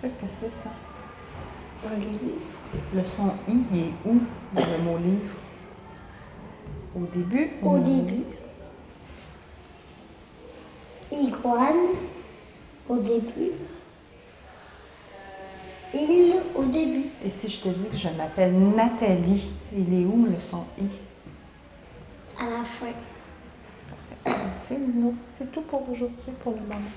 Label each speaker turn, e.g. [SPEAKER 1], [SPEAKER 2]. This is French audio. [SPEAKER 1] Qu'est-ce que c'est ça?
[SPEAKER 2] Un livre.
[SPEAKER 1] Le son I il est où dans le mot livre? Au début? ou
[SPEAKER 2] Au début. Iguane. Au début. Il au début.
[SPEAKER 1] Et si je te dis que je m'appelle Nathalie, il est où le son I?
[SPEAKER 2] À la fin.
[SPEAKER 1] Ah, Parfait. C'est nous. C'est tout pour aujourd'hui, pour le moment.